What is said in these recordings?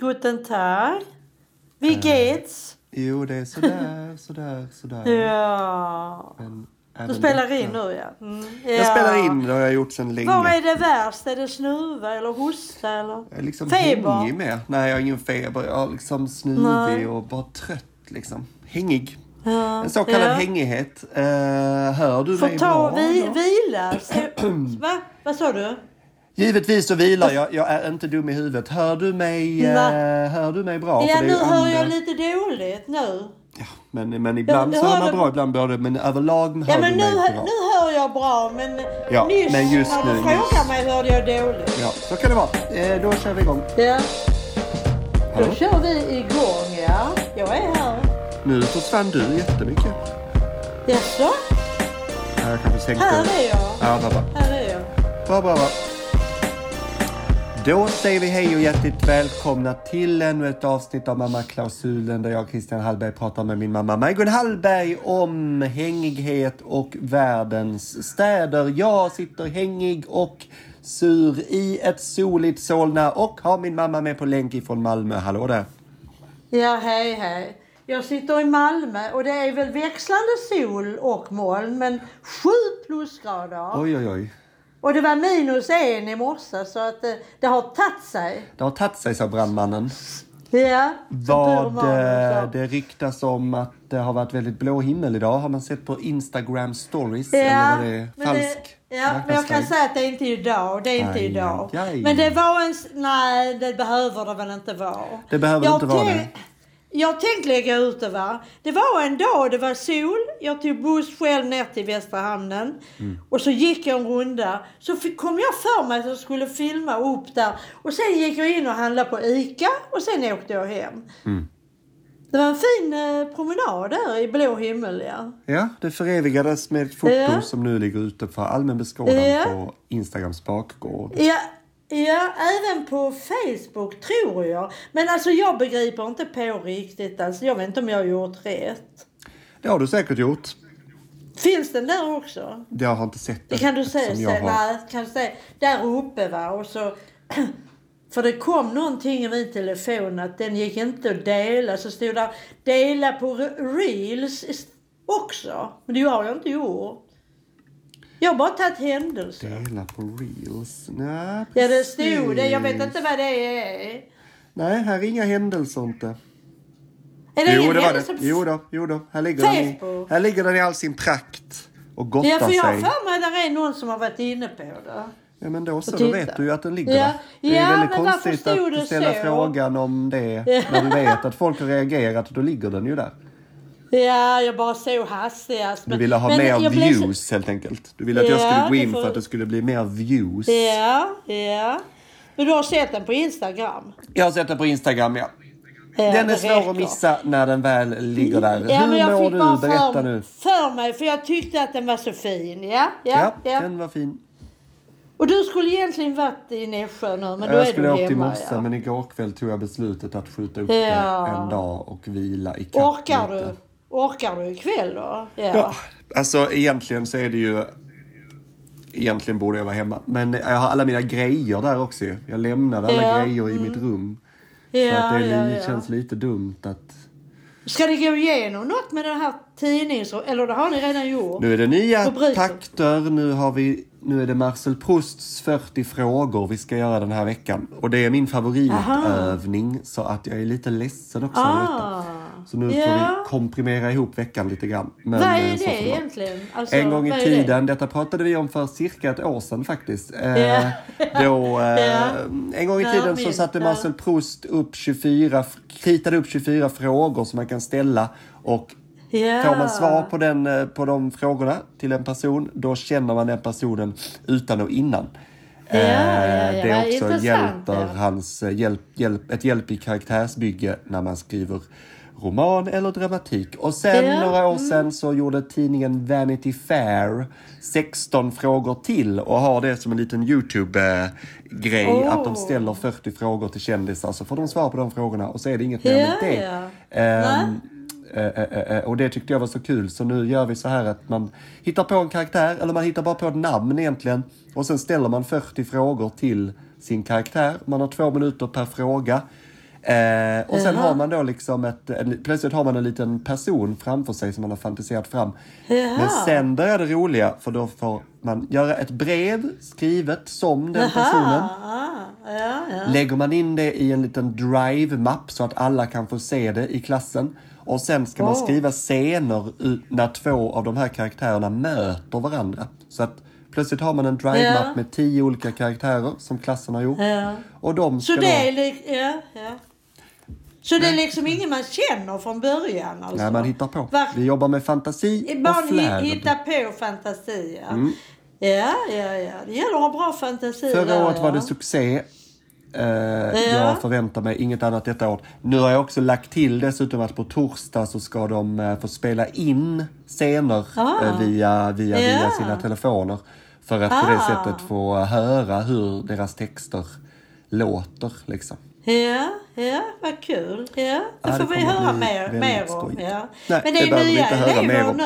Guten Tag. Eh. Wie geht's? Jo, det är sådär, sådär, sådär. Ja. Men Du även spelar detta- in nu ja. Mm. Jag Ja. spelar in, det har jag gjort sedan länge. Vad är det värst? Är det snuva eller hosta eller? Jag är liksom Feber? hängig med. Nej, jag har ingen feber. Jag är liksom Nej. snuvig och bara trött liksom. Hängig. Ja. En så kallad Ja. hängighet. Eh, hör du Får mig ta bra? vi, eller? vila. Se- Va? Vad sa du? Givetvis så vilar jag. Jag är inte dum i huvudet. Hör du mig, eh, Nej. hör du mig bra? Ja, För det är nu ju hör jag andra- lite dåligt nu. Ja, men, men ibland Jag- så jag hör man hör- bra, ibland bra. Men överlag hör Ja, men du nu, mig hö- bra. nu hör jag bra, men Ja, nyss men just när du nu, frågade just- mig hörde jag dåligt. Ja, så kan det vara. Eh, då kör vi igång. Ja. Då Hallå? kör vi igång, ja. Jag är här. Nu försvann du jättemycket. Jaså? Ja, Jag kanske sänkte... Här är jag. Ja, bra, bra. Här är jag. Bra, bra, bra. Då säger vi hej och hjärtligt välkomna till ännu ett avsnitt av Mamma Klausulen där jag, Christian Hallberg, pratar med min mamma Majgun Hallberg om hängighet och världens städer. Jag sitter hängig och sur i ett soligt Solna och har min mamma med på länk ifrån Malmö. Hallå där! Ja, hej, hej. Jag sitter i Malmö och det är väl växlande sol och moln, men sju plusgrader. Oj, oj, oj. Och det var minus en i morse, så att det, det har tagit sig. Det har tagit sig, sa brandmannen. Ja, som tur Vad var nu, så. eh, det ryktas om att det har varit väldigt blå himmel idag. Har man sett på Instagram stories? eller Ja, vad det är? men det, Falsk ja, men jag kan marknadsföring. säga att det är inte idag. Det är inte Aj, idag. aj, aj. Men det var en... s- Nej, det behöver det väl inte vara. Det behöver inte vara tänk- Jag tänkte lägga ut det va. Det var en dag, det var sol. Jag tog buss själv ner till Västra hamnen. Mm. Och så gick jag en runda. Så fick- kom jag för mig att jag skulle filma upp där. Och sen gick jag in och handlade på ICA. Och sen åkte jag hem. Mm. Det var en fin eh, promenad där i blå himmel ja. Ja, det förevigades med ett foto Ja. som nu ligger ute för allmän beskådan Ja. på Instagrams bakgård. Ja, ja, även på Facebook tror jag. Men alltså jag begriper inte på riktigt. Alltså, jag vet inte om jag har gjort rätt. Det har du säkert gjort. Finns den där också? Jag har inte sett Det det. kan du säga. eftersom jag Se, har- nej, kan du säga där uppe va. Och så, för det kom någonting i min telefon att den gick inte att dela. Så stod där dela på re- reels ist- också. Men det har jag inte gjort. Jag har bara tagit händelser. Dela på reels. Nej, Ja det stod det. Jag vet precis. inte vad det är. Nej, här är inga händelser inte. Är det jo, ingen det var det. händelse på Jo då, jo då. Här ligger, den i, Facebook? här ligger den i all sin prakt och gottar Ja, för jag har sig. för mig att det är någon som har varit inne på det. Ja men då så, Och då titta. vet du ju att den ligger Ja. där. Det är Ja, väldigt men varför konstigt stod att du det ställer så? frågan om det när du vet att folk har reagerat och då ligger den ju där. Ja, jag bara så hastigast. Du ville ha men mer jag blev så- views helt enkelt. Du ville att jag Ja, skulle gå det in får- för att det skulle bli mer views. Ja, ja. Men du har sett den på Instagram? Jag har sett den på Instagram ja. Ja, Den är det svår att räcker. missa när den väl ligger där. Ja, men Hur jag mår fick bara du? för, Berätta nu. för mig, för jag tyckte att den var så fin. Ja, ja, Ja, ja. den var fin. Och du skulle egentligen varit i Nässjö nu, men då Jag är du skulle ha åkt i hemma. morse Ja. men igår kväll tog jag beslutet att skjuta upp Ja. det en dag och vila i Orkar du? Orkar du ikväll då? Ja, alltså egentligen så är det ju... Egentligen borde jag vara hemma. Men jag har alla mina grejer där också ju. Jag lämnade alla Ja, grejer i mitt rum. ja, så att det är ja, li- ja. känns lite dumt att... Ska det gå igenom något med den här tidnings... Eller det har ni redan gjort? Nu är det nya Rubriker. takter. Nu, har vi, nu är det Marcel Prousts 40 frågor vi ska göra den här veckan. Och det är min favoritövning. Så att jag är lite ledsen också över detta. Så nu får Ah. Ja. vi komprimera ihop veckan lite grann. Men, Vad eh, är så det får vara. egentligen? Alltså, en gång vad i är det? tiden, detta pratade vi om för cirka ett år sedan faktiskt. Eh, Ja. Då, eh, Ja. En gång i Ja, tiden så minst, satte ja. Marcel Proust upp 24, f- kritade upp 24 frågor som man kan ställa och Ja. Får man svar på, den, eh, på de frågorna till en person, då känner man den personen utan och innan. Ja, ja, ja. Eh, Det Vad är också intressant, hjälper ja. hans eh, hjälp, hjälp, ett hjälp i karaktärsbygge när man skriver roman eller dramatik. Och sen Ja, mm. några år sedan så gjorde tidningen Vanity Fair 16 frågor till och har det som en liten Youtube-grej Oh. att de ställer 40 frågor till kändisar så får de svar på de frågorna och så är det inget mer Ja, med det. ja. Ehm, Nej. Eh, eh, eh, Och det tyckte jag var så kul så nu gör vi så här att man hittar på en karaktär eller man hittar bara på ett namn egentligen och sen ställer man 40 frågor till sin karaktär. Man har två minuter per fråga. Eh, och sen Jaha. har man då liksom ett, en, plötsligt har man en liten person framför sig som man har fantiserat fram. Jaha. Men sen börjar det roliga för då får man göra ett brev skrivet som den personen. Aha, ja, ja. Lägger man in det i en liten drive-mapp så att alla kan få se det i klassen. Och sen ska man Åh. skriva scener u- när två av de här karaktärerna möter varandra. Så att plötsligt har man en drive-mapp Ja. med tio olika karaktärer som klassen har gjort. Ja. Och de ska Så då... det är, li- ja, ja. Så det är liksom ingen man känner från början alltså? Nej, man hittar på. Va- Vi jobbar med fantasi och Barn flärd. hi- hittar på fantasier. Ja, ja, ja. Det gäller att ha bra fantasi. Förra där, året ja. var det succé. Eh, Jag förväntar mig inget annat detta år. Nu har jag också lagt till dessutom att på torsdag så ska de eh, få spela in scener Ah. eh, via, via, via Ja. sina telefoner. För att på det Ah. sättet få höra hur deras texter låter. Liksom. Ja, ja, vad kul. Ja, det Ja, det får vi kommer höra bli mer, väldigt mer om. skoj. Ja. Nej, men det det är behöver vi nya inte höra elever mer om. nu.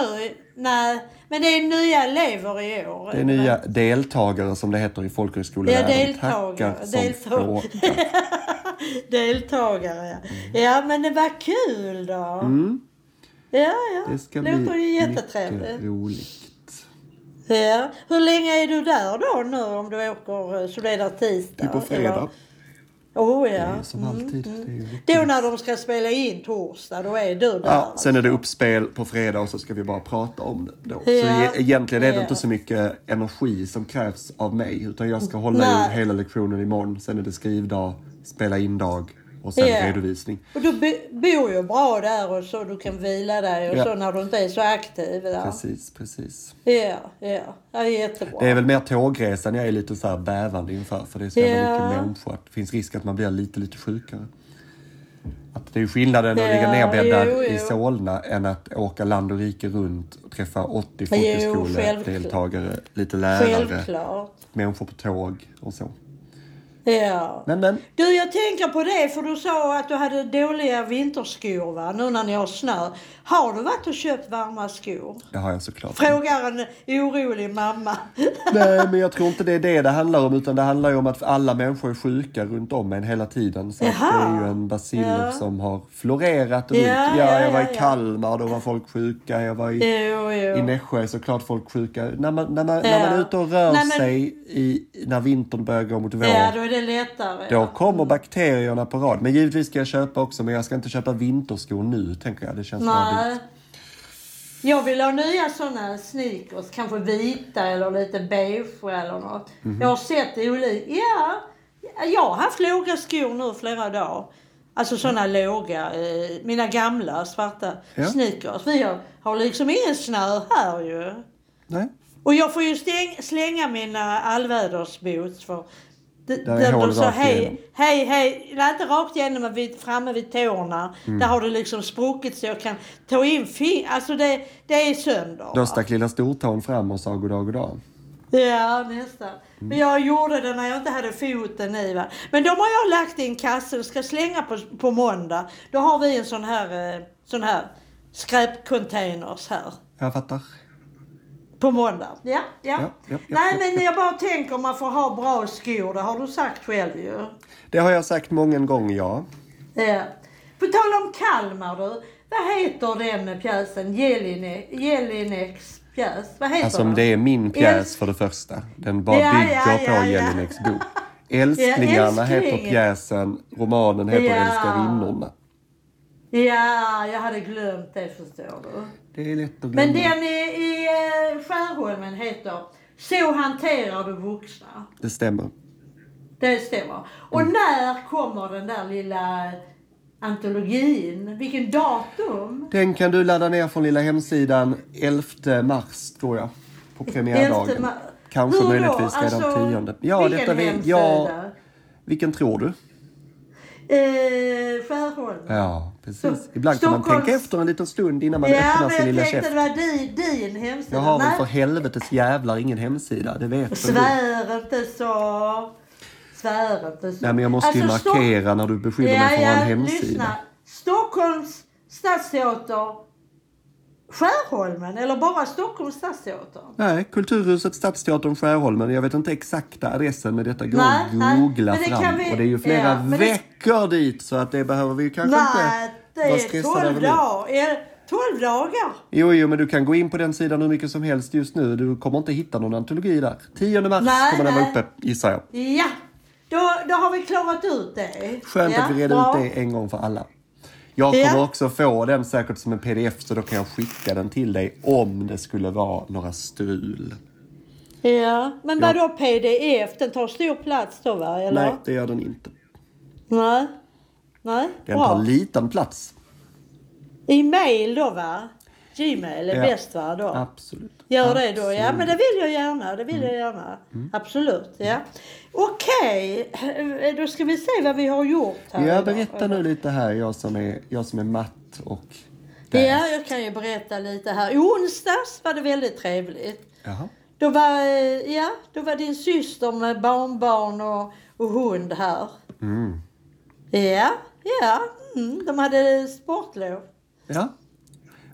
Nej, men det är nya elever i år. Det är nya deltagare som det heter i folkhögskolevärlden. Ja, deltagare. Tackar som Deltagare. frågar. Deltagare, Mm. ja. Ja, men det var kul då. Ja, ja. Det ska låter ju bli jättetrevligt. mycket roligt. Ja. Hur länge är du där då nu om du åker eh, så det är där tisdag? Det är på fredag. eller? Oh, ja. Mm, Det är som alltid. Det är ju roligt. Då när de ska spela in torsdag, då är du där. Ja, sen är det uppspel på fredag och så ska vi bara prata om det då. Ja. Så e- egentligen är det Ja. inte så mycket energi som krävs av mig utan jag ska hålla Nej. i hela lektionen imorgon. Sen är det skrivdag, spela in dag och sen Ja. redovisning. Och du bo- bor ju bra där och så du kan vila dig och Ja. så när du inte är så aktiv. Ja, Precis, precis. ja, ja. ja jättebra. Det är väl mer tågresan jag är lite så här bävande inför för det är så jävla Ja. mycket människor. Att det finns risk att man blir lite, lite sjukare. Att det är skillnaden att ligga Ja, nerbäddad jo, i jo. Solna än att åka land och rike runt och träffa 80 Jo, folkhögskoledeltagare, lite lärare. Självklart. människor på tåg och så. Ja. Men men, Du, jag tänker på det, för du sa att du hade dåliga vinterskor va? nu när ni har snö. Har du varit och köpt varma skor? det har jag såklart. Frågar en orolig mamma. Nej men jag tror inte det är det det handlar om utan det handlar ju om att alla människor är sjuka runt om en hela tiden. Så att det Jaha. är ju en baciller Ja. som har florerat Ja, ut. Ja, ja, jag var i ja, ja. Kalmar, då var folk sjuka. Jag var i, Jo, i jo. Nässjö, är såklart folk sjuka. När man, när man, Ja. när man är ute och rör Nej, men- sig i, när vintern börjar gå mot vår. Ja, då är det lättare. Då kommer bakterierna på rad. Men givetvis ska jag köpa också, men jag ska inte köpa vinterskor nu tänker jag. Det känns bara dumt. Nej. Jag vill ha nya såna sneakers. Kanske vita eller lite beige eller något. Jag har sett olika. Ja, jag har haft låga skor nu flera dagar. Alltså såna låga, eh, mina gamla svarta Ja. sneakers. Vi har, har liksom ingen snö här ju. Nej, Och jag får ju stäng, slänga mina allvädersboots för d- Där är där hål de sa rakt igenom. hej, hej, hej. Nej, inte rakt igenom men vid, framme vid tårna. Mm. Där har det liksom spruckit så jag kan ta in fing... Alltså det, det är sönder. då stack lilla stortån fram och sa goddag goddag. Ja, nästan. Mm. Men jag gjorde det när jag inte hade foten i. Va? Men de har jag lagt i en kasse och ska slänga på, på måndag. Då har vi en sån här, eh, sån här skräpcontainers här. Jag fattar. På måndag? Ja, ja. Ja, ja, ja, Nej, ja, men jag bara tänker om man får ha bra skor. Det har du sagt själv ju. Det har jag sagt många gånger, ja. Ja. På tal om Kalmar du. Vad heter den pjäsen? Jelinek, Jelineks pjäs? Vad heter Alltså den? om det är min pjäs Älsk- för det första. Den bara Ja, bygger ja, ja, på ja. Jelineks bok. Älsklingarna Ja, heter Älsklingen. pjäsen, romanen heter Ja. Älskarinnorna. Ja, jag hade glömt det förstår du. Det är lätt att glömma. Men den i, i eh, Skärholmen heter Så hanterar du vuxna. Det stämmer. Det stämmer. Och Mm. när kommer den där lilla antologin? Vilken datum? Den kan du ladda ner från lilla hemsidan 11 mars, tror jag. På premiärdagen. ma- Kanske Hur då? möjligtvis redan Alltså, 10. Ja, vilken detta vi, hemsida? ja, vilken tror du? Eh, Skärholmen. Ja, precis. Så- Ibland kan man Stockholms- tänka efter en liten stund innan man Ja, öppnar sin men lilla jag käft. tänkte det var din, din hemsida. Jag har väl Nej, för helvetes jävlar ingen hemsida, det vet väl du. Svär inte så. Svär inte så. Nej men jag måste ju Alltså, Stock- markera när du beskyller mig för att ha en hemsida. Lyssna. Stockholms stadsteater Skärholmen eller bara Stockholms stadsteater? Nej, Kulturhuset, Stadsteatern, Skärholmen. Jag vet inte exakta adressen, men detta går Nej, att nej. googla Men det fram. kan vi- Och det är ju flera ja, men det- veckor dit, så att det behöver vi ju kanske Nej, det inte vara är stressade 12 över nu. dagar. Är- 12 dagar. Jo, jo, men du kan gå in på den sidan hur mycket som helst just nu. Du kommer inte hitta någon antologi där. 10 mars Nej, kommer den vara nej. uppe, gissar jag. Ja, då, då har vi klarat ut det. Skönt ja, att vi redde bra. ut det en gång för alla. Jag Ja. kommer också få den säkert som en pdf, så då kan jag skicka den till dig om det skulle vara några strul. Ja, men vadå pdf? Den tar stor plats då va? Eller? Nej, det gör den inte. Nej. Nej, Den tar bra. liten plats. I mail då va? Gmail är Ja. bäst va då? Absolut. Mm. Gör det då, ja. Men det vill jag gärna. Det vill jag gärna. Absolut, ja. Okej, eh, då ska vi se vad vi har gjort här. Ja, idag. berätta nu lite här, jag som är, jag som är matt och... Ja, jag kan ju berätta lite här. I onsdags var det väldigt trevligt. Jaha. Då var, eh, ja, då var din syster med barnbarn och, och hund här. Mm. Ja, ja. Mm, de hade sportlov. Ja.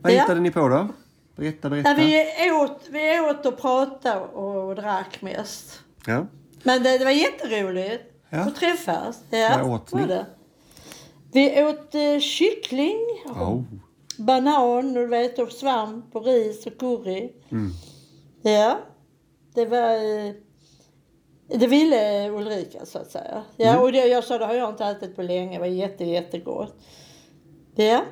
Vad Ja. hittade ni på då? Berätta, berätta. Där vi, åt, vi åt och pratade och drack mest. Ja. Men det, det var jätteroligt Ja. att träffas. Ja, Vad åt var ni? det. Vi åt eh, kyckling, Oh. banan och, du vet, och svamp och ris och curry. Mm. Ja, det var... eh, Det ville Ulrika, så att säga. Ja, Mm. och det, jag sa det har jag inte ätit på länge. Det var jätte, jättegott. Ja.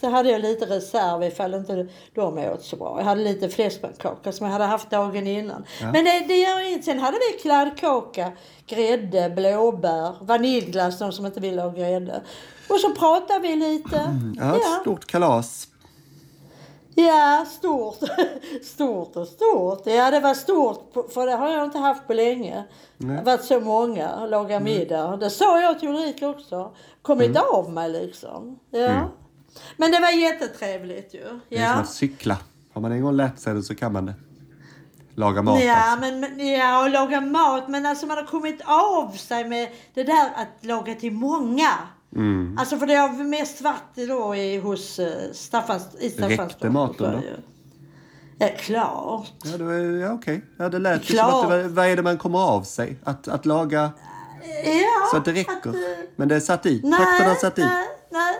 Så hade jag lite reserv ifall inte de åt så bra. Jag hade lite fläskpannkaka som jag hade haft dagen innan. Men det, det gör inget. Sen hade vi kladdkaka, grädde, blåbär, vaniljglass, de som inte ville ha grädde. Och så pratade vi lite. Mm. Ja, ett Ja. stort kalas. Ja, stort. Stort och stort. Ja, det var stort, på- för det har jag inte haft på länge. Det har varit så många, Mm. laga middag. Det sa jag till Ulrika också. Kommit av mig liksom. Ja. Men det var jättetrevligt ju. Mm. Det är som Ja. att cykla. Har man en gång lärt sig det så kan man det. Laga mat Ja, alltså. men, men- ja, och laga mat. Men alltså man har kommit av sig med det där att laga till många. Mm. Alltså för det har mest varit då i, hos eh, Staffans, i Staffanstorp. Räckte maten då? Ja, klart. Ja, det var, ja okej. Ja, det lät ju som Klart. att det var, vad är det man kommer av sig? Att, att laga Ja, så att det att, eh, räcker. Men det satt i. Takterna nej, satt i. nej, nej.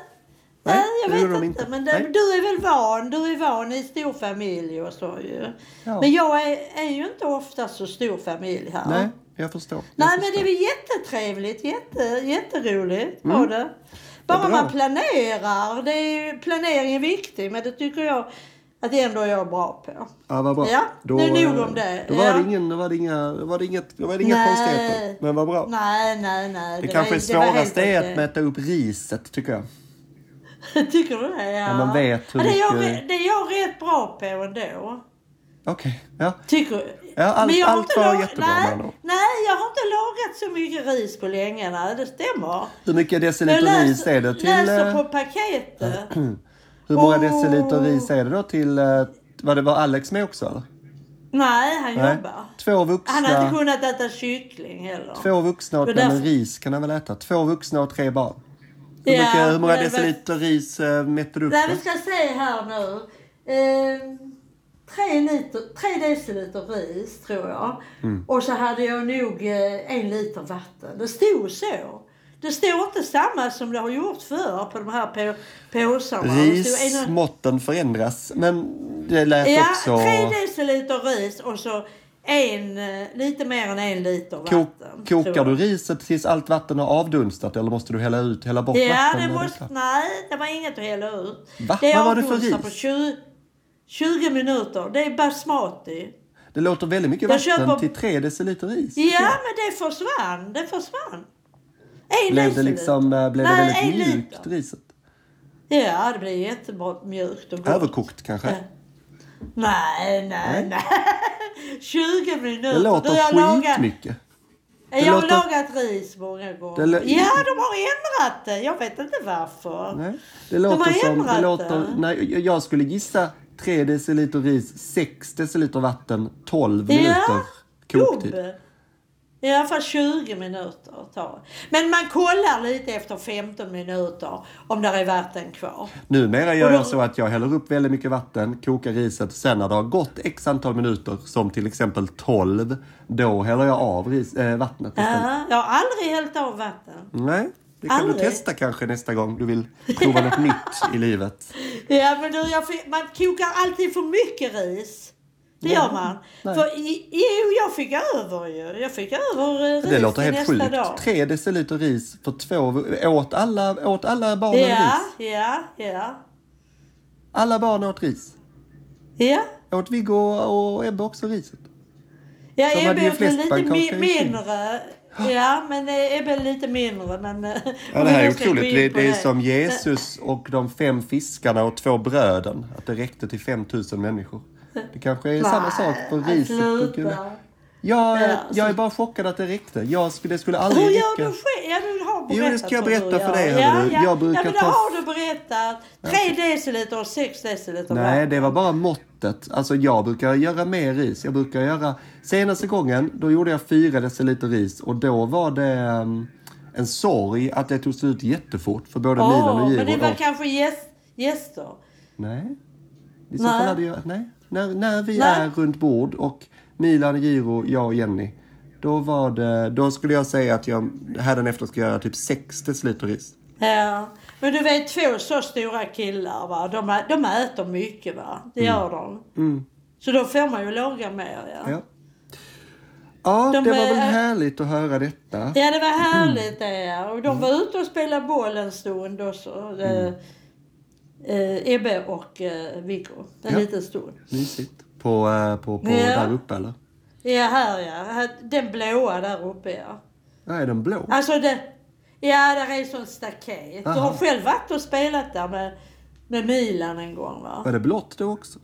Nej, Nej, det jag gjorde vet de inte. inte. Men det, Nej. du är väl van. Du är van i stor familj och så ju. Ja. Men jag är, är ju inte ofta så stor familj här. Nej, jag förstår. Jag Nej, förstår. men det var jättetrevligt. Jätte, jätteroligt var det. Bara Vad bra. man planerar. Det är, ju- planering är viktig, men det tycker jag att ändå är jag bra på. Ja, vad bra. Ja, då, nu nog eh, om det. Då var Ja. det, ingen, då var det inga, då var det inget, då var det inga Nej. konstigheter. Men vad bra. Nej, nej, nej. Det, var- kanske var helt svåraste är okej. att mäta upp riset, tycker jag. Tycker du det? Ja. När man vet hur ja, det, är jag, mycket- det är jag rätt bra på ändå. Okej, ja. Tycker Ja, allt- Men jag har allt inte var lag- jättebra med nej, ändå. nej, jag har inte lagat så mycket ris på länge. Nej, det stämmer. Hur mycket jag deciliter läs- ris är det till... läser eh, på paketet. Hur många Åh. deciliter ris är det då till... eh, Var det var Alex med också eller? nej, han Nej. jobbar. Två Han har inte vuxna, kunnat äta kyckling heller. två vuxna och Det är men därför- ris kan han väl äta? Två vuxna och tre barn. Hur, Ja, mycket, hur många men det var- deciliter ris eh, mätte du upp? Nej, då? vi ska se här nu. Ehm, tre, liter, tre deciliter ris, tror jag. Mm. Och så hade jag nog eh, en liter vatten. Det stod så. Det står inte samma som det har gjort förr på de här på, påsarna. Det stod en och- Rismåtten förändras, men det lät Ja, också... tre deciliter ris och så en, eh, lite mer än en liter Ko- vatten. tror kokar jag. du riset tills allt vatten har avdunstat eller måste du hälla ut, hälla bort Ja, vatten? det när är måste... klart? Nej, det var inget att hälla ut. Va? Det är Vad var det för avdunstat ris? på 20, 20 minuter. Det är basmati. det låter väldigt mycket Jag vatten köper- till tre deciliter ris. Ja, men det försvann. Det försvann. En Blev det deciliter. liksom, eh, blev det Nej, väldigt en mjukt liter. riset? Ja, det blev jättebra mjukt och gott. Överkokt kanske? Nej, nej, nej. 20 minuter. Det låter Du, jag lagar- skitmycket. Jag har låter- lagat ris många gånger. Det lå- Ja, de har ändrat det. Jag vet inte varför. Nej, det har låter som... ändrat Det det. låter, nej, jag- jag skulle gissa 3 deciliter ris, 6 deciliter vatten, 12 Ja, typ. minuter koktid. Jobb. I alla fall 20 minuter tar det. Men man kollar lite efter 15 minuter om där är vatten kvar. Numera gör Och då- jag så att jag häller upp väldigt mycket vatten, kokar riset och sen när det har gått x antal minuter, som till exempel 12, då häller jag av ris, eh, vattnet istället. Ja, jag har aldrig hällt av vatten. Nej, det kan du Aldrig. testa kanske nästa gång du vill prova något nytt i livet. Ja, men du, jag, fick- man kokar alltid för mycket ris. Det gör man. nej. För i- jo, jag fick över ju. Jag fick över eh, ris Det låter till helt nästa sjukt. dag. Tre deciliter ris för två... Åt alla, åt alla barnen Ja, ris? ja, ja. Alla barn åt ris. Ja, Åt Viggo och och Ebbe också riset? ja De hade Ebbe ju är väl flest lite pannkakor i mi- Kina. mindre. Ja, men eh, Ebbe är lite mindre. Men, eh, Ja, om det vi här nu är ska gå otroligt. in Det, på det är som Jesus och de fem fiskarna och två bröden. Att det räckte till 5000 människor. Det kanske är samma sak på Nej, riset. och sluta. gula. Jag, Ja, alltså- jag är bara chockad att det räckte. Jag skulle, det skulle aldrig Hur gör du räcka. själv? Ja, du har Jo, berättat det ska jag hur du berätta för gör. dig, Ja, hörru. ja. Jag brukar ja, men det ta- har du berättat. 3 deciliter och 6 deciliter Nej, det var bara måttet. Alltså jag brukar göra mer ris. Jag brukar göra... Senaste gången, då gjorde jag fyra deciliter ris och då var det ehm, en sorg att det togs ut jättefort för både Milan och Åh, Giro. men det var åt- kanske gäst, gäster. Nej. I så Nej. fall hade jag... Nej. När, när vi Nej. är runt bord och Milan, Giro, jag och Jenny. Då var det... Då skulle jag säga att jag hädanefter ska göra typ 6 deciliter ris. Ja. Men du vet två så stora killar va. De, ä- de äter mycket va. Det gör de. Så då får man ju laga mer ja. Mm. Ja. Ja, De det var är- väl härligt att höra detta. Ja det var härligt det ja. Och de Mm. var ute och spelade boll en stund också. Eh, eh, Ebbe och eh, Viggo. En Ja. liten stund. Mysigt. På, eh, på, på Ja. där uppe eller? Ja här ja. Här- Den blåa där uppe ja. Nej, den blå. Alltså det... Ja, där är sån staket. Du har Aha. själv varit och spelat där med, med Milan en gång va? Var det blått då också?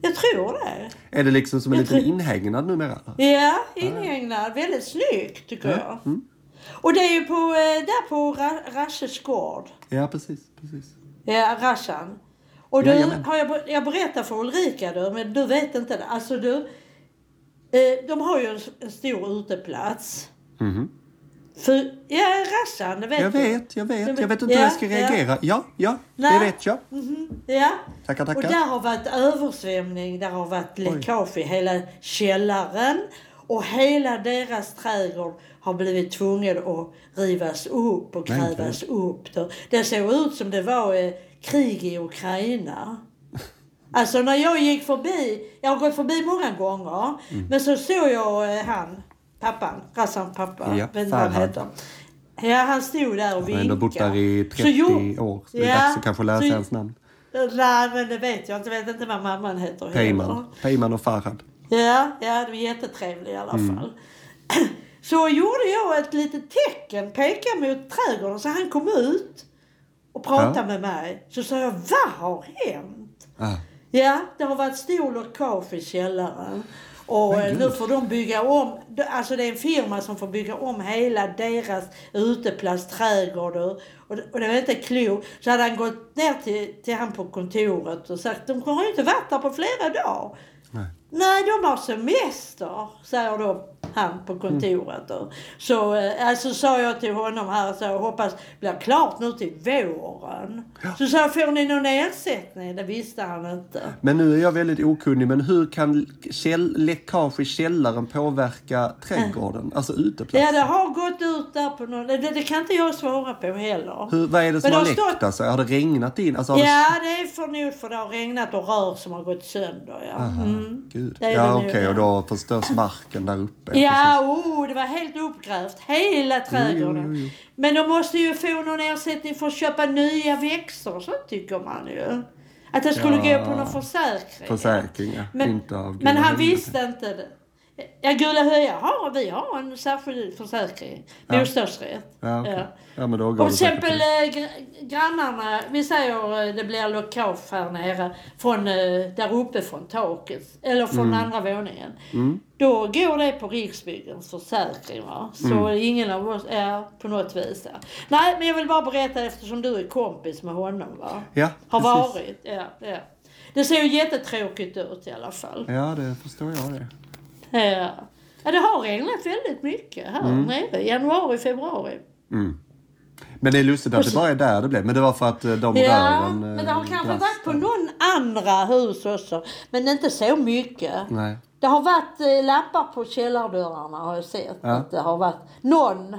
Jag tror det. Är det liksom som en Jag liten tror- inhägnad numera? eller? Ja, inhägnad. Väldigt snyggt tycker jag. mm. Och det är ju på, eh, där på Ra- Rasches gård. Ja, precis. precis. Ja, Raschan. Och du, Jajamän. har jag, ber- jag berättar för Ulrika du, men du vet inte det. Alltså du, eh, de har ju en, s- en stor uteplats. Mhm. För, ja, Raschan, det vet Jag du. vet, jag vet. Jag vet inte Ja, hur jag ska ja. reagera. Ja, ja, Nej. det vet jag. Mhm, ja. Tackar, Och tackar. där har varit översvämning, där har varit läckage i hela källaren. Och hela deras trädgård har blivit tvungen att rivas upp och Nej, grävas upp. Då. Det såg ut som det var eh, krig i Ukraina. Alltså när jag gick förbi, jag har gått förbi många gånger, Mm. men så såg jag eh, han, pappan, Rassans pappa, Ja, vet inte vad han Farhad. heter. Ja, han stod där och Jag har ändå bott där i 30 Så jo- år. Så det är Ja, dags att kanske lära så- sig hans namn. Nej, men det vet jag inte. Jag vet inte vad mamman heter heller. Peyman. Peyman och Farhad. Ja, ja, det var jättetrevlig i alla fall. Så gjorde jag ett litet tecken, pekade mot trädgården, så han kom ut och pratade Ja. med mig. Så sa jag, vad har hänt? Ah. Ja, det har varit stor läckage i källaren. Och Men eh, gud. nu får de bygga om, alltså det är en firma som får bygga om hela deras uteplats, trädgård och, och det- och det var inte klokt. Så hade han gått ner till, till han på kontoret och sagt, de har ju inte varit där på flera dagar. Nej. Nej, de har semester, säger då han Mm. på kontoret. då. Så eh, alltså, sa jag till honom här, så jag hoppas det blir klart nu till våren. Så sa jag, får ni någon ersättning? Det visste han inte. Men nu är jag väldigt okunnig, men hur kan käll- läckage i källaren påverka trädgården? Alltså uteplatsen? Ja, det har gått ut där på någon... Det, det kan inte jag svara på heller. Hur, vad är det som Men har det har läckt alltså? Har det regnat in? Alltså, har det Ja, det är förmodligen för det har regnat och rör som har gått sönder. Ja, mm. Gud. Det är Ja, det okej, nu, och då förstörs marken där uppe. ja oh, det var helt uppgrävt. Hela trädgården. jo, jo, jo. Men de måste ju få någon ersättning för att köpa nya växter. Så tycker man ju. Att det skulle Ja. gå på någon försäkring. Försäkring, ja. Men, Inte av Gula men han Höja. visste inte det. Ja, Gula Höja har, vi har en särskild försäkring. Ja. Bostadsrätt. Ja, okej. Ja. ja, men då går Om det till säkert exempel till. eh, gr- grannarna, vi säger eh, det blir läckage här nere från eh, där uppe från taket eller från Mm. andra våningen. Då går det på Riksbyggens försäkring va. Så Mm. ingen av oss är på något vis där. Nej men jag vill bara berätta eftersom du är kompis med honom va. Ja, Har precis. varit, ja, ja. Det ser ju jättetråkigt ut i alla fall. Ja, det förstår jag det. Ja. Ja, det har regnat väldigt mycket här Mm. nere. Januari, februari. Men det är lustigt att det bara är där det blev. Men det var för att eh, de Ja, rören... eh, men det har kanske brast. varit på någon andra hus också. Men inte så mycket. Nej. Det har varit eh, lappar på källardörrarna har jag sett. Ja. Att det har varit någon.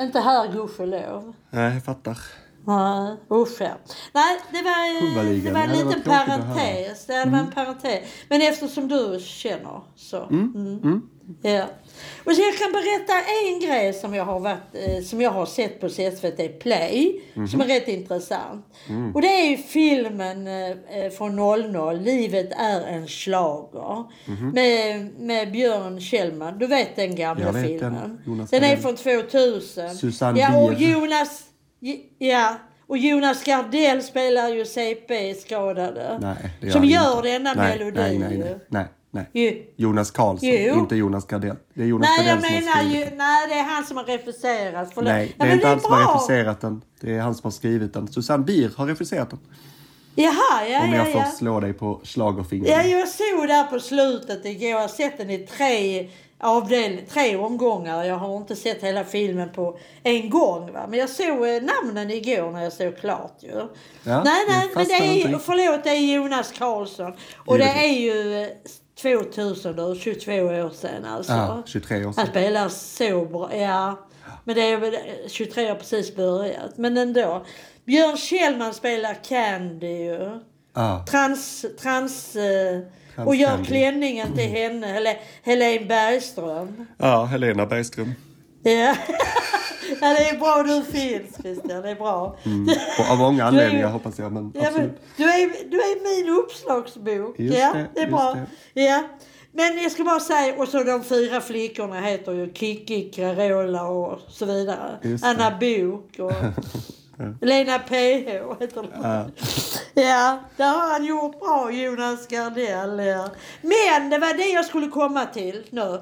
Inte här gudskelov. Nej, jag fattar. Nej, usch ja. Nej, det var, eh, det Huvudligan. var Ja, en det var liten tråkigt att Mm. parentes. Det hade varit en parentes. Men eftersom du känner så. Mm. Ja. Och så jag kan berätta en grej som jag har, varit, eh, som jag har sett på SVT Play. Mhm. Som är rätt intressant. Mm. Och det är ju filmen eh, eh, från 00, Livet är en schlager. Mhm. Med, med Björn Kjellman. Du vet den gamla Jag vet den, filmen. Den, Jonas är Gardell. från 2000. Susanne ja, och Bier. Jonas... Ja, och Jonas Gardell spelar ju CP skadade. Nej, det gör som han gör inte. denna nej, melodi. Nej, nej, nej. nej, nej. Ju. Jonas Karlsson, Jo. inte Jonas Gardell. Det är Jonas Nej, jag Gardell som har menar skrivit ju... den. Nej, det är han som har regisserat. Förlåt. Nej, Ja, det är men inte han som har bra. regisserat den. Det är han som har skrivit den. Susanne Bier har regisserat den. Jaha, ja, Om ja, jag får ja. slå dig på schlagerfingret. Ja, jag såg där på slutet igår. Jag har sett den i tre, avdel- tre omgångar. Jag har inte sett hela filmen på en gång. Va? Men jag såg eh, namnen igår när jag såg klart ju. Ja, nej, nej, jag men det fastnar inte är, riktigt. förlåt, det är Jonas Karlsson. Och det Givetvis. är ju eh, 2000, då, 22 år sedan alltså. Ja, 23 år sedan. Han spelar så bra, ja. Men det är väl, 23 har precis börjat. Men ändå. Björn Kjellman spelar Candy ju Ja. trans, trans eh, Trans- och gör Candy. klänningen Mm. till henne, Hel- Helene Bergström. ja, Helena Bergström. Ja. ja, det är bra du finns Christian, det är bra. Och av många anledningar ju- hoppas jag, men Ja, men, Mm, absolut. du, är, du är min uppslagsbok. Just ja, det, det är just bra. det. Ja. Men jag ska bara säga, och så de fyra flickorna heter ju Kikki, Carola och så vidare. Just det. Anna Bok och Lena PH heter de. Ja. Ja, det har han gjort bra, Jonas Gardell. Ja. Men det var det jag skulle komma till nu.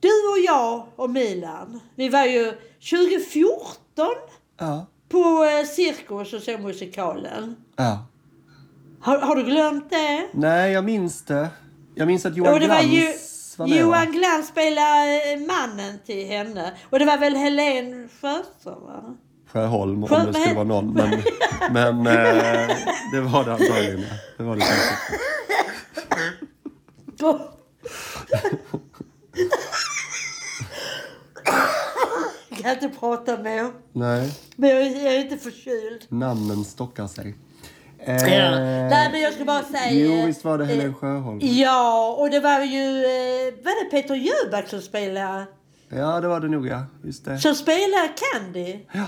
Du och jag och Milan, vi var ju 2014 Ja. på eh, Cirkus och såg musikalen. ja. Har, har du glömt det? Nej, jag minns det. Jag minns att Johan Och det var Glans ju, var med, Johan va? Glans spelade eh, mannen till henne. Och det var väl Helene Sjöström va? Sjöholm, om Sjö- det skulle vara någon. Men, men eh, det var det antagligen. ja. Det var det säkert. Jag kan inte prata mer. Nej, Men jag, jag är inte förkyld. namnen stockar sig. Eh, Ja. Nej men jag ska bara säga. Jo, visst var det Helen eh, Sjöholm? Ja, och det var ju eh, var det Peter Jöback som spelade, Ja, det var det nog ja. Just det. som spelade Candy. Ja.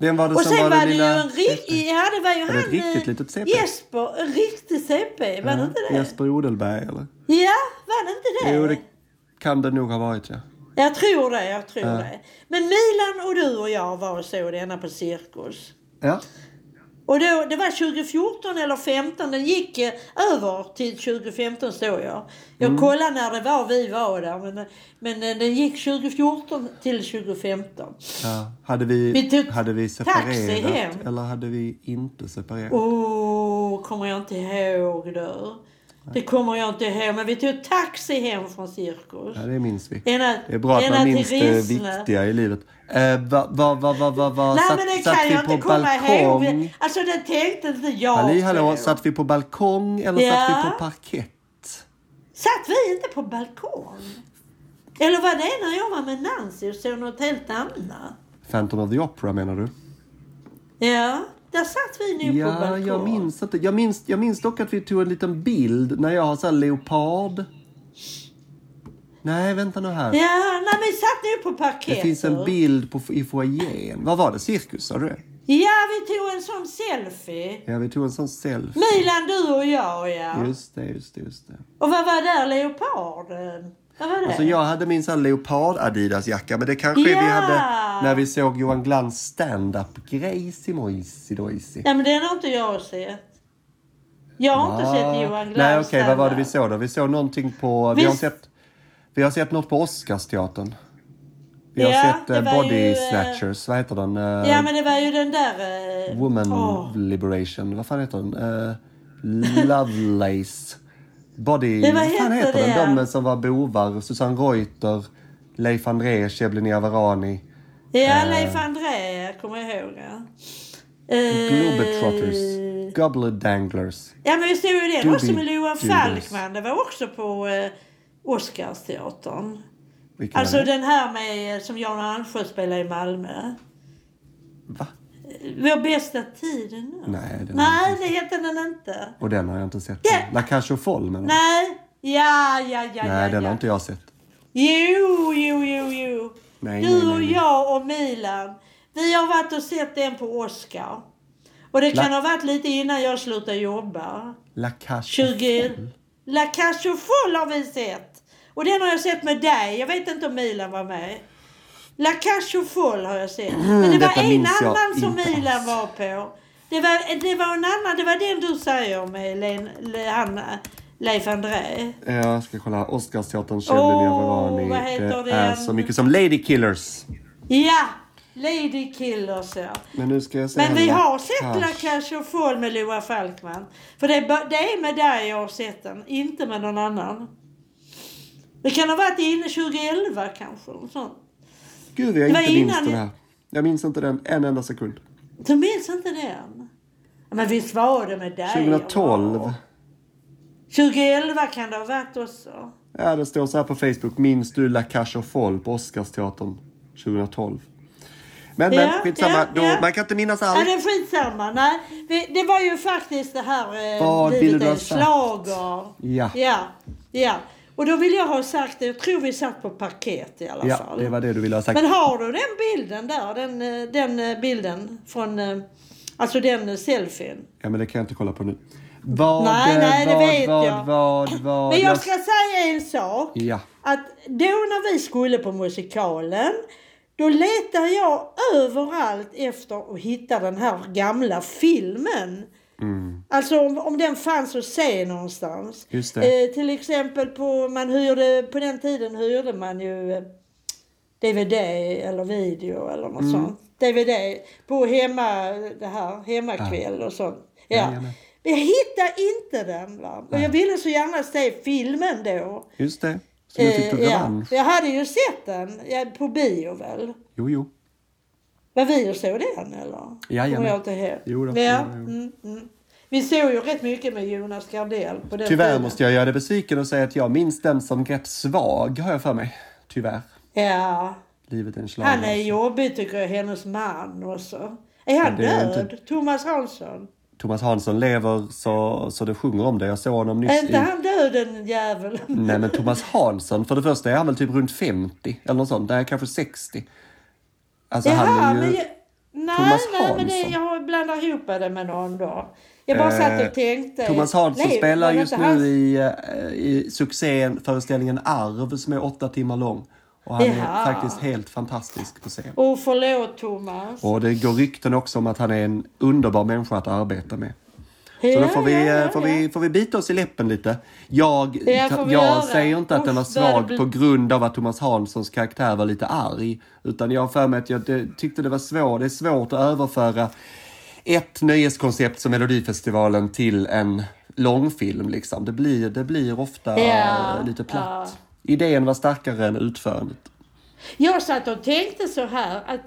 Vem var det Och som sen var, var det den ju lilla... en riktig, ja det var ju Var det han ett riktigt eh, litet CP? Jesper, en riktig CP, var det inte det? Jesper Odelberg eller? Ja, var det inte det? Jo, det kan det nog ha varit ja. Jag tror det, jag tror det. Men Milan och du och jag var och såg denna på Cirkus. Ja, Och då, det var 2014 eller 15, den gick eh, över till 2015 såg jag. Jag Mm. kollade när det var vi var där men, men eh, den gick 2014 till 2015. ja. Hade, vi, Vi tog hade vi taxi separerat hem. eller hade vi inte separerat? Åh, kommer jag inte ihåg då. Det kommer jag inte ihåg men vi tog taxi hem från cirkus. Ja, det minns vi. Ena, Det är bra att ena man till minns det Rissne. viktiga i livet. Eh, va, va, va, va, va, va. Nej satt, men det satt kan vi jag på inte komma balkong? ihåg. Alltså det tänkte inte jag Halli hallå, på. satt vi på balkong eller satt Ja. vi på parkett? Satt vi inte på balkong? Eller var det när jag var med Nancy och såg något helt annat? Phantom of the Opera menar du? Ja, där satt vi nog på Ja, balkong. jag minns inte. Jag minns, jag minns dock att vi tog en liten bild när jag har så här leopard. Nej, vänta nu här. Ja, nej men vi satt nu på parkett. Det finns en bild på, i foajén. Vad var det? Cirkus, sa du det? Ja, vi tog en sån selfie. Ja, vi tog en sån selfie. Milan, du och jag ja. Just det, just det, just det. Och vad var där leoparden? Vad var det? Alltså jag hade min sån leopard-Adidas-jacka men det kanske Ja. vi hade när vi såg Johan Glans stand-up-grej Simojsi Dojsi. Ja men den har inte jag sett. Jag har inte sett Johan Glans Ah. Nej okej, vad var det stand-up. vi såg då? Vi såg någonting på... Vi, Vi- har, sett, vi har sett något på Oscarsteatern. Vi har Ja, sett det eh, var Body ju, eh, Snatchers, vad heter den? Eh, Ja men det var ju den där... Eh... Woman åh. Liberation, vad fan heter den? Eh, Lovelace. Body... Ja, vad Vad fan heter heter den? det? De som var bovar. Susanne Reuter, Leif André, Shebly Varani. Eh. Ja, Leif André kommer jag ihåg. ja. Eh, Globetrotters. Goblet Danglers. Ja, men vi såg ju den Doobie också med Loa Doodles. Falkman. Det var också på eh, Oscarsteatern. Vilken Alltså var det? den här med, som Jan Arnsjö spelade i Malmö. Va? Vår bästa tid nu. Nej, den Nej, det hette den inte. Och den har jag inte sett. Den- La Cage aux Folles menar du? Nej, ja, ja, ja, Nej, ja, den ja. har inte jag sett. Jo, jo, jo, jo. Nej, du nej, nej, och nej. jag och Milan. Vi har varit och sett den på Oscar. Och det kan La- ha varit lite innan jag slutade jobba. La Cage aux 20... La Cage aux Folles har vi sett. Och den har jag sett med dig. Jag vet inte om Milan var med. La Cage aux Folles har jag sett. Men det Mm, detta var en minns jag annan som inte Milan alls. var på. Det var, det var en annan. Det var den du säger med Len, Le, han, Leif André. Eh, Jag ska kolla. Oscarsteatern, Åh, Shebly Varani. vad heter Det är den? så mycket som Lady Killers. Ja! Lady Killers ja. Men nu ska jag se Men här, vi La har sett La Cage. Cage aux Folles med Loa Falkman. För det är, ba- det är med dig jag har sett den, inte med någon annan. Det kan ha varit inne 2011 kanske. eller Sånt. Gud, jag Det var inte minns innan den ni- här. Jag minns inte den en enda sekund. Du minns inte den? Ja, Men visst var det med dig? jag var. 2012. 2011 kan det ha varit också. Ja, det står så här på Facebook. Minns du La Cage aux Folles på Oscarsteatern 2012? Men, Ja, men skitsamma. ja, Då, ja. Man kan inte minnas Ja, allt. det är skitsamma. Nej, vi- det var ju faktiskt det här eh, Vad ville livet du är ha en sagt? schlager. Ja. ja. Ja. Och då vill jag ha sagt det. Jag tror vi satt på parkett i alla Ja, fall. det var det du ville ha sagt. Men har du den bilden där? Den, eh, den eh, bilden från... eh, Alltså den eh, selfien. Ja, men det kan jag inte kolla på nu. Vad, Nej, eh, nej, det vad, vet vad, jag. vad, vad, vad. Men jag ska säga en sak. Ja. Att då när vi skulle på musikalen. Då letade jag överallt efter att hitta den här gamla filmen. Alltså om, om den fanns att se någonstans. Just det. Eh, till exempel på, man hyrde, på den tiden hyrde man ju eh, DVD eller video eller något sånt. DVD på hemma, det här, hemmakväll och sånt. Ja. Jajamän. Men jag hittade inte den va. Och jag ville så gärna se filmen då. Just det. Så nu fick du Eh, revansch. ja. Jag hade ju sett den ja, på bio väl. Jo, jo. Var vi och såg den eller? Jajamän. Kommer jag inte ihåg. Jo då, ja. jo då, jo. Mm, mm. Vi såg ju rätt mycket med Jonas Gardell på den Tyvärr tiden. måste jag göra dig besviken och säga att jag minns den som rätt svag, har jag för mig. Tyvärr. Ja. Livet är en schlager. Han är jobbig tycker jag, hennes man också. Är han Alltså. det är död? Thomas Hansson? Thomas Hansson lever så, så det sjunger om det. Jag såg honom Är nyss inte i... han död den jäveln? Nej Mm, men Thomas Hansson, för det första är han väl typ runt 50 eller något sånt. Nej, kanske 60. Alltså han är ju... jag- Nej, Thomas nej, men det, Hansson. jag blandar ihop det med någon då. Jag bara Eh, satt och tänkte. Thomas Hansson Nej, spelar var det just inte han- nu i, eh, i succén föreställningen Arv som är åtta timmar lång. Och han Jaha. är faktiskt helt fantastisk på scen. Åh, förlåt Thomas. Och det går rykten också om att han är en underbar människa att arbeta med. Så Ja, då får vi, ja, eh, ja, får ja. vi, får vi bita oss i läppen lite. Jag, Ja, får vi göra. jag säger inte att den var Usch, börjar det svag bli- på grund av att Thomas Hanssons karaktär var lite arg. Utan jag har för mig att jag det, tyckte det var svårt. Det är svårt att överföra ett nöjeskoncept som Melodifestivalen till en långfilm. Liksom. Det, blir, det blir ofta Ja, eh, lite platt. Idén var starkare än utförandet. Jag satt och tänkte så här att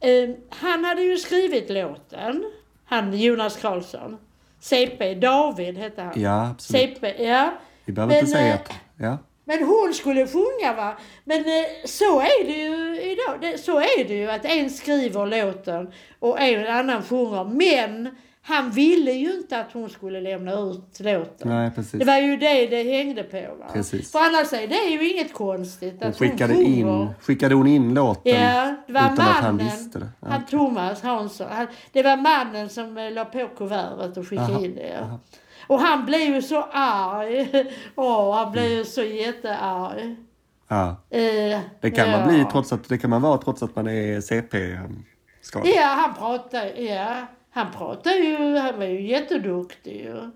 eh, han hade ju skrivit låten, han Jonas Karlsson. CP David hette han. Ja, absolut. CP, ja. Vi behöver inte Men, eh, säga att... Ja. Men hon skulle sjunga va. Men eh, så är det ju idag. Det, så är det ju att en skriver låten och en annan sjunger. Men han ville ju inte att hon skulle lämna ut låten. Nej, precis. Det var ju det det hängde på va. Precis. För annars är det ju inget konstigt Hon att skickade hon sjunger. in, skickade hon in låten Ja, det var utan mannen. att han visste det? Ja. Han Thomas Hansson. Han, det var mannen som eh, la på kuvertet och skickade Aha, in det. Ja. Och han blev ju så arg. Åh, han blev Mm. ju så jättearg. Ja. Eh, Det kan ja. man bli trots att, det kan man vara trots att man är um, CP-skadad. Ja, han pratar, ja. Han pratar ju, han var ju jätteduktig ju.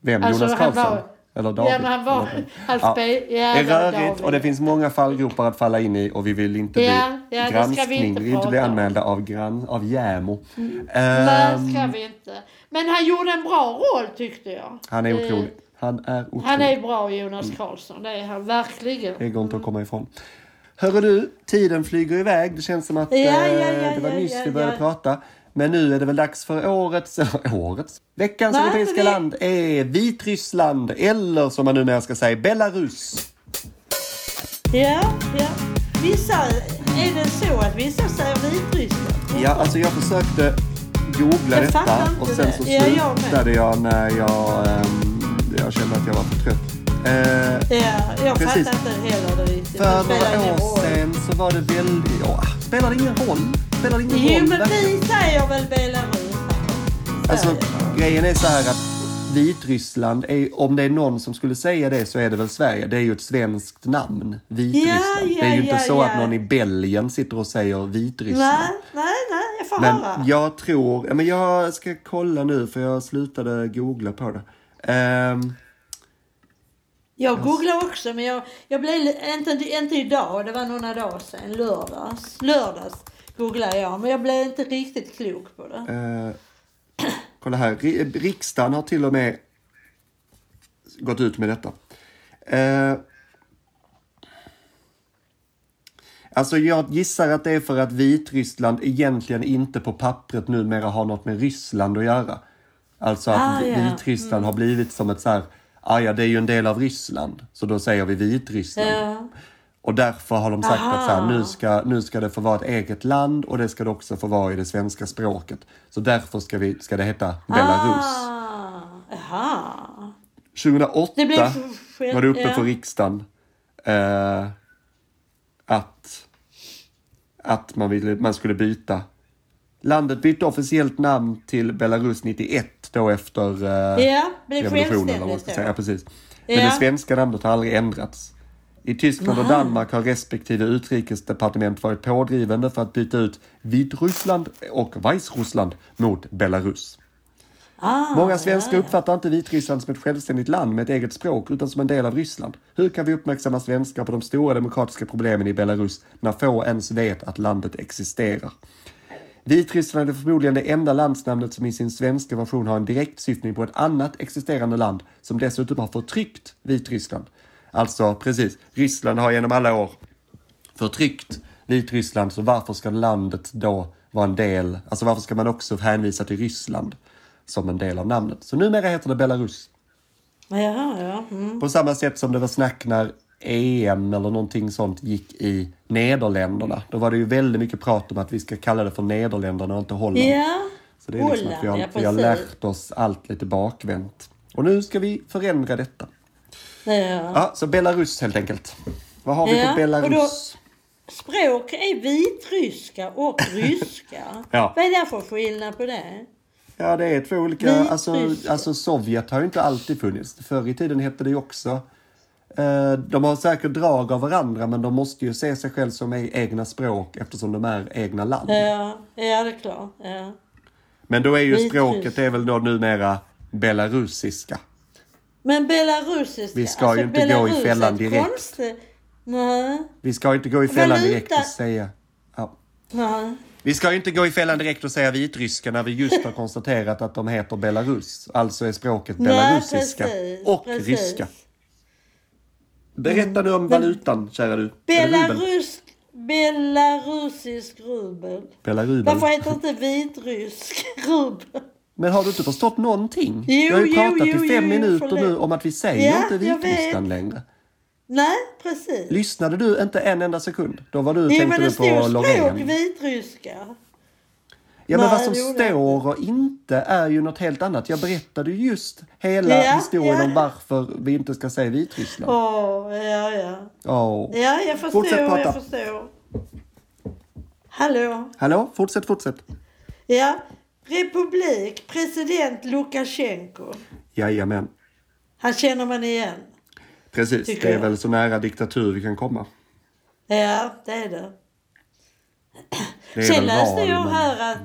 Vem? Alltså, Jonas han Karlsson? var- Eller Ja, David? men han var... Eller- Han Ja. spe, ja. Det är det var rörigt David. och det finns många fallgropar att falla in i och vi vill inte Ja, bli ja, det ska vi inte granskning. vi vill inte bli prata om. Mm. anmälda av, grann, av JämO. Nej, Ehm, ska vi inte. Men han gjorde en bra roll tyckte jag. han är Eh, otrolig. Han är otrolig. Han är bra Jonas Karlsson, det är han verkligen. Det går inte att komma ifrån. Hörru du, tiden flyger iväg. Det känns som att Ja, ja, eh, ja, det var ja, nyss ja, vi började ja. prata. Men nu är det väl dags för årets, eller årets, veckans Nej, europeiska men det- land är Vitryssland eller som man numera ska säga Belarus. Ja, ja. Vissa, Eh, är det så att vissa säger Vitryssland? Ja, alltså jag försökte googla Jag detta fattar inte och sen så det. Ja, jag med. slutade jag när jag, ehm, jag kände att jag var för trött. Eh, Ja, jag Precis. fattar inte heller det riktigt. För Det spelar några ingen år roll. sedan så var det väldigt... Ja, spelar det ingen roll? Spelar det ingen Jo, roll? men verkligen? vi säger väl Belarus? Alltså, Sverige. grejen är så här att Vitryssland, är, om det är någon som skulle säga det så är det väl Sverige. Det är ju ett svenskt namn, Vitryssland. Ja, ja, det är ju inte ja, så ja. att någon i Belgien sitter och säger Vitryssland. Nej, nej, nej, jag får höra. Men jag tror, ja, men jag ska kolla nu för jag slutade googla på det. Ehm, Jag googlade också, men jag, jag blev li- inte, inte idag, det var några dagar sedan, lördags. Lördags googlade jag, men jag blev inte riktigt klok på det. Eh, kolla här. Ri- Riksdagen har till och med gått ut med detta. Eh, alltså jag gissar att det är för att Vitryssland egentligen inte på pappret numera har något med Ryssland att göra. Alltså att Ah, ja. Vitryssland har blivit som ett så här, ah, ja det är ju en del av Ryssland, så då säger vi Vitryssland. Ja. Och därför har de sagt att så här, Aha. nu, ska, nu ska det få vara ett eget land och det ska det också få vara i det svenska språket. Så därför ska, vi, ska det heta Belarus. Ah, aha. 2008 Det blev själv- var det uppe ja. för riksdagen eh, att, att man, ville, man skulle byta. Landet bytte officiellt namn till Belarus 91 då efter eh, Ja, blev revolutionen. Eller vad man självständigt ska då. säga. Ja, precis. Ja. Men det svenska namnet har aldrig ändrats. I Tyskland och Danmark har respektive utrikesdepartement varit pådrivande för att byta ut Vitryssland och Weißrussland mot Belarus. Ah, Många svenskar uppfattar inte Vitryssland som ett självständigt land med ett eget språk utan som en del av Ryssland. Hur kan vi uppmärksamma svenskar på de stora demokratiska problemen i Belarus när få ens vet att landet existerar? Vitryssland är förmodligen det enda landsnamnet som i sin svenska version har en direkt syftning på ett annat existerande land som dessutom har förtryckt Vitryssland. Alltså precis, Ryssland har genom alla år förtryckt Vitryssland, så varför ska landet då vara en del, alltså varför ska man också hänvisa till Ryssland som en del av namnet? Så numera heter det Belarus. ja. Ja, ja. Mm. På samma sätt som det var snack när EM eller någonting sånt gick i Nederländerna. Då var det ju väldigt mycket prat om att vi ska kalla det för Nederländerna och inte Holland. ja. Så det är liksom att vi har, Holland, ja, vi har precis. lärt oss allt lite bakvänt. Och nu ska vi förändra detta. ja. Ja, så Belarus helt enkelt. Vad har vi Ja, på och Belarus? Språk är vitryska och ryska. Ja. Vad är det för skillnad på det? Ja, det är två olika. Vitryssland. Alltså, alltså Sovjet har ju inte alltid funnits. Förr i tiden hette det ju också. eh, De har säkert drag av varandra, men de måste ju se sig själv som e- egna språk eftersom de är egna land. Ja, ja det är klart. Ja. Men då är ju Vitryss- språket det är väl då numera belarusiska. Men belarusiska. alltså, Vi ska ju inte gå i Belarus är fällan ett direkt. Konstigt. Nej, Vi ska ju inte gå i fällan Valuta. direkt och säga... Ja. nej. Vi ska ju inte gå i fällan direkt och säga vitryska när vi just har konstaterat att de heter Belarus. Alltså är språket Nej, belarusiska precis, och precis. Mm. ryska. Berätta nu om valutan, kära du. Rubel. Belarus, belarusisk rubel. Belarubel. Varför heter inte vitrysk rubel? Men har du inte förstått någonting? Jo, jag har ju jo, pratat jo, i fem jo, minuter förlåt. nu om att vi säger Ja, inte jag Vitryssland längre. Nej, precis. Lyssnade du inte en enda sekund? Då var du, Jo, tänkte men det du på stod språk Loreen. vitryska. Ja, men Nej, vad som det gjorde jag står och inte är ju något helt annat. Jag berättade ju just hela Ja, historien ja. om varför vi inte ska säga Vitryssland. Åh, ja, ja. Ja. Ja, jag förstår, Fortsätt prata. jag förstår. Hallå? Hallå, fortsätt, fortsätt. Ja. Republik, president Lukasjenko. Jajamän. Han känner man igen. Precis, Tycker det är jag. väl så nära diktatur vi kan komma. Ja, det är det. Det är Sen väl läste val, jag men- Mm. här att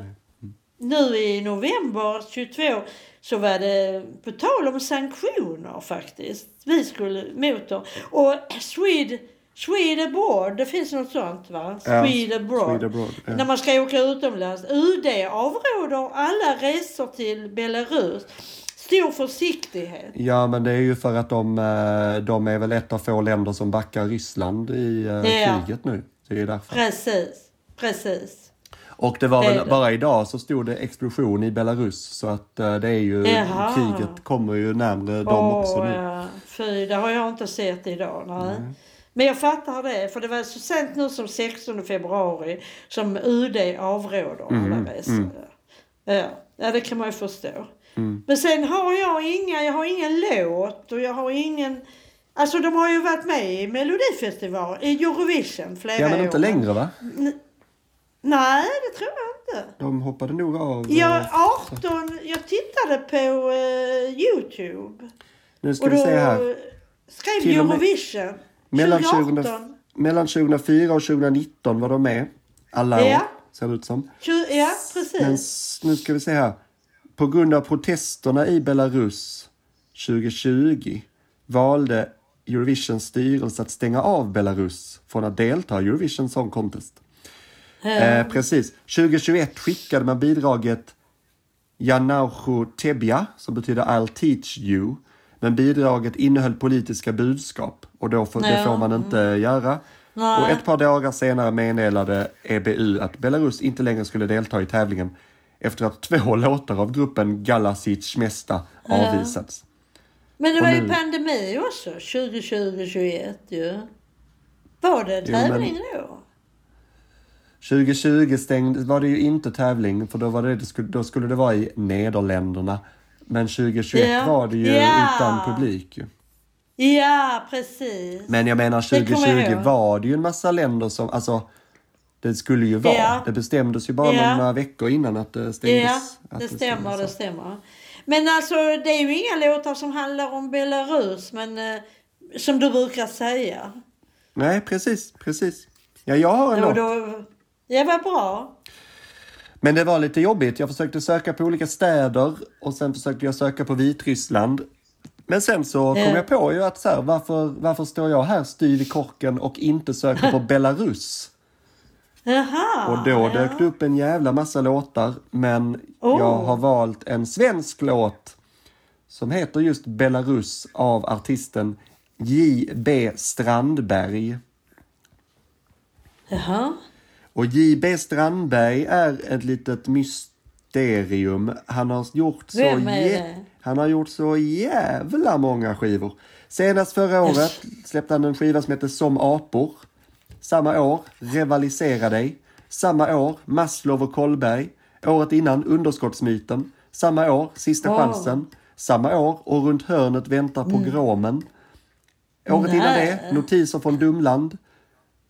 nu i november 22 så var det på tal om sanktioner faktiskt. Vi skulle mot dem. Och Swede, Swede abroad, det finns något sånt va? Ja, Swede abroad. Swede abroad, ja. När man ska åka utomlands. UD avråder alla resor till Belarus. stor försiktighet. Ja, men det är ju för att de, eh, de är väl ett av få länder som backar Ryssland i eh, Ja. kriget nu. Det är ju därför. Precis, precis. Och det var Det är väl det. bara idag så stod det explosion i Belarus så att eh, det är ju Jaha. kriget kommer ju närmre dem Åh, också nu. ja. Fy, det har jag inte sett idag. Nej. Men jag fattar det, för det var så sent nu som 16 februari som UD avråder Mm, alla resor. Ja. ja, det kan man ju förstå. Mm. Men sen har jag inga, jag har ingen låt och jag har ingen... Alltså de har ju varit med i Melodifestivalen, i Eurovision flera Ja, men inte år. längre va? Nej, det tror jag inte. De hoppade nog av. Jag, eh, 18, jag tittade på eh, Youtube. Nu ska Och vi då se här. skrev Till och med- Eurovision Mellan, 20, 2018. mellan 2004 och 2019 var de med. Alla Ja. år, ser det ut som. Tju- ja, precis. Men s- nu ska vi se här. På grund av protesterna i Belarus 2020 valde Eurovisions styrelse att stänga av Belarus från att delta i Eurovision Song Contest. Ehm. Eh, precis. 2021 skickade man bidraget Janauchu Tebia, som betyder I'll teach you. Men bidraget innehöll politiska budskap och då får, det Ja. Mm. får man inte göra. Nej. Och ett par dagar senare meddelade EBU att Belarus inte längre skulle delta i tävlingen efter att två låtar av gruppen Galasic Mesta avvisats. Men det var ju nu- pandemi också, 2020-2021 ju. Var det Jo, men- tävling då? 2020 stängde, var det ju inte tävling för då, var det, det skulle, då skulle det vara i Nederländerna. Men 2021 Ja. var det ju Ja. utan publik. ju. Ja, precis. Men jag menar Det kommer jag 2020 ihåg. var det ju en massa länder som, alltså det skulle ju vara. Ja. Det bestämdes ju bara Ja. några veckor innan att det stängdes. Ja, att det skulle stämmer, vara det så. stämmer. Men alltså, det är ju inga låtar som handlar om Belarus, men eh, som du brukar säga. Nej, precis, precis. Ja, jag har en låt. Och då, ja, vad bra. Men det var lite jobbigt. Jag försökte söka på olika städer och sen försökte jag söka på Vitryssland. Men sen så kom Ja. jag på ju att så här, varför, varför står jag här styv i korken och inte söker på Belarus? Jaha. Och då dök det upp en jävla massa låtar. Men jag Oh. har valt en svensk låt som heter just Belarus av artisten J.B. Strandberg. Jaha. Och J.B. Strandberg är ett litet mysterium. Han har gjort så, Vem är jä- det? han har gjort så jävla många skivor. Senast förra året släppte han en skiva som heter Som apor. Samma år, Rivalisera dig. Samma år, Maslow och Kollberg. Året innan, Underskottsmyten. Samma år, Sista Wow. chansen. Samma år, Och runt hörnet väntar pogromen. Året innan Nej. det, Notiser från Dumland.